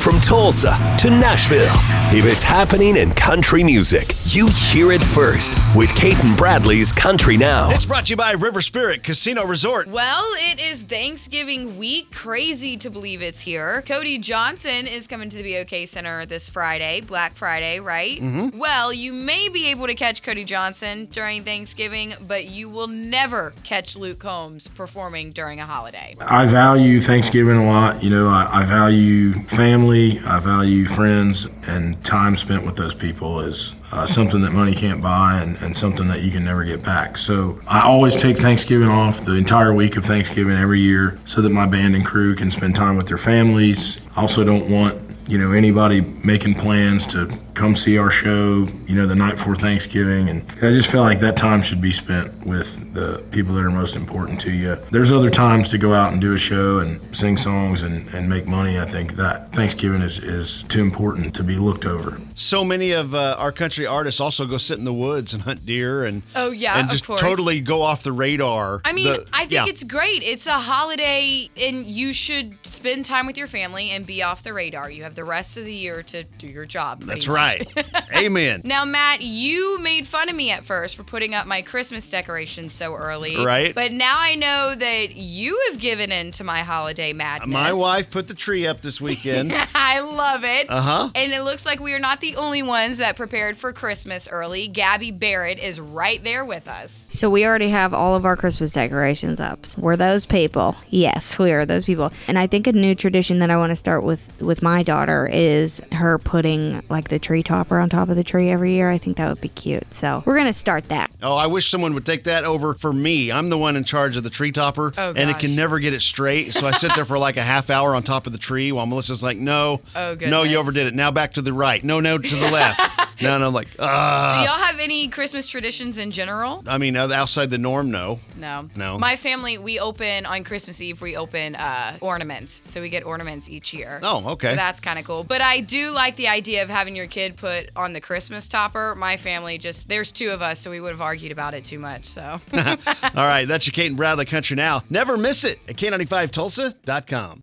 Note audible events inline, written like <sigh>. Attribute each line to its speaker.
Speaker 1: From Tulsa to Nashville, if it's happening in country music, you hear it first with Kate and Bradley's Country Now.
Speaker 2: It's brought to you by River Spirit Casino Resort.
Speaker 3: Well, it is Thanksgiving week. Crazy to believe it's here. Cody Johnson is coming to the BOK Center this Friday, Black Friday, right?
Speaker 2: Mm-hmm.
Speaker 3: Well, you may be able to catch Cody Johnson during Thanksgiving, but you will never catch Luke Combs performing during a holiday.
Speaker 4: I value Thanksgiving a lot. You know, I, I value family, I value friends, and time spent with those people is uh, something that money can't buy and, and something that you can never get back. So I always take Thanksgiving off the entire week of Thanksgiving every year so that my band and crew can spend time with their families. I also don't want you know anybody making plans to come see our show you know the night before thanksgiving and i just feel like that time should be spent with the people that are most important to you there's other times to go out and do a show and sing songs and, and make money i think that thanksgiving is, is too important to be looked over
Speaker 2: So many of uh, our country artists also go sit in the woods and hunt deer and
Speaker 3: Oh, yeah,
Speaker 2: and
Speaker 3: of
Speaker 2: just
Speaker 3: course.
Speaker 2: totally go off the radar.
Speaker 3: I mean,
Speaker 2: The-
Speaker 3: I think
Speaker 2: yeah.
Speaker 3: it's great. It's a holiday, and you should spend time with your family and be off the radar. You have the rest of the year to do your job.
Speaker 2: that's
Speaker 3: pretty much. <laughs>
Speaker 2: right. Amen.
Speaker 3: Now, Matt, you made fun of me at first for putting up my Christmas decorations so early.
Speaker 2: Right.
Speaker 3: But now I know that you have given in to my holiday madness.
Speaker 2: My wife put the tree up this weekend.
Speaker 3: <laughs> I love it. Uh
Speaker 2: Uh-huh.
Speaker 3: And it looks like we are not the only ones that prepared for Christmas early. Gabby Barrett is right there with us.
Speaker 5: So we already have all of our Christmas decorations up. So we're those people. Yes, we are those people. And I think a new tradition that I want to start with with my daughter is her putting like the tree topper on top of the tree every year. I think that would be cute. So we're going to start that.
Speaker 2: oh, I wish someone would take that over for me. I'm the one in charge of the tree topper,
Speaker 3: Oh,
Speaker 2: and it
Speaker 3: gosh.
Speaker 2: can never get it straight. So I sit there for like a half hour on top of the tree while Melissa's like, "No,
Speaker 3: Oh,
Speaker 2: no,
Speaker 3: goodness.
Speaker 2: you overdid it. Now back to the right. No, no, to the
Speaker 3: <laughs>
Speaker 2: left. no, no, like, uh,
Speaker 3: Do y'all have any Christmas traditions in general?
Speaker 2: I mean, outside the norm, no.
Speaker 3: No.
Speaker 2: No.
Speaker 3: My family, we open on Christmas Eve, we open uh, ornaments. So we get ornaments each year.
Speaker 2: Oh, okay.
Speaker 3: So that's kind of cool. But I do like the idea of having your kid put on the Christmas topper. My family just, there's two of us, so we would have argued about it too much. So.
Speaker 2: All right, that's your Kate and Bradley Country Now. Never miss it at K95Tulsa.com.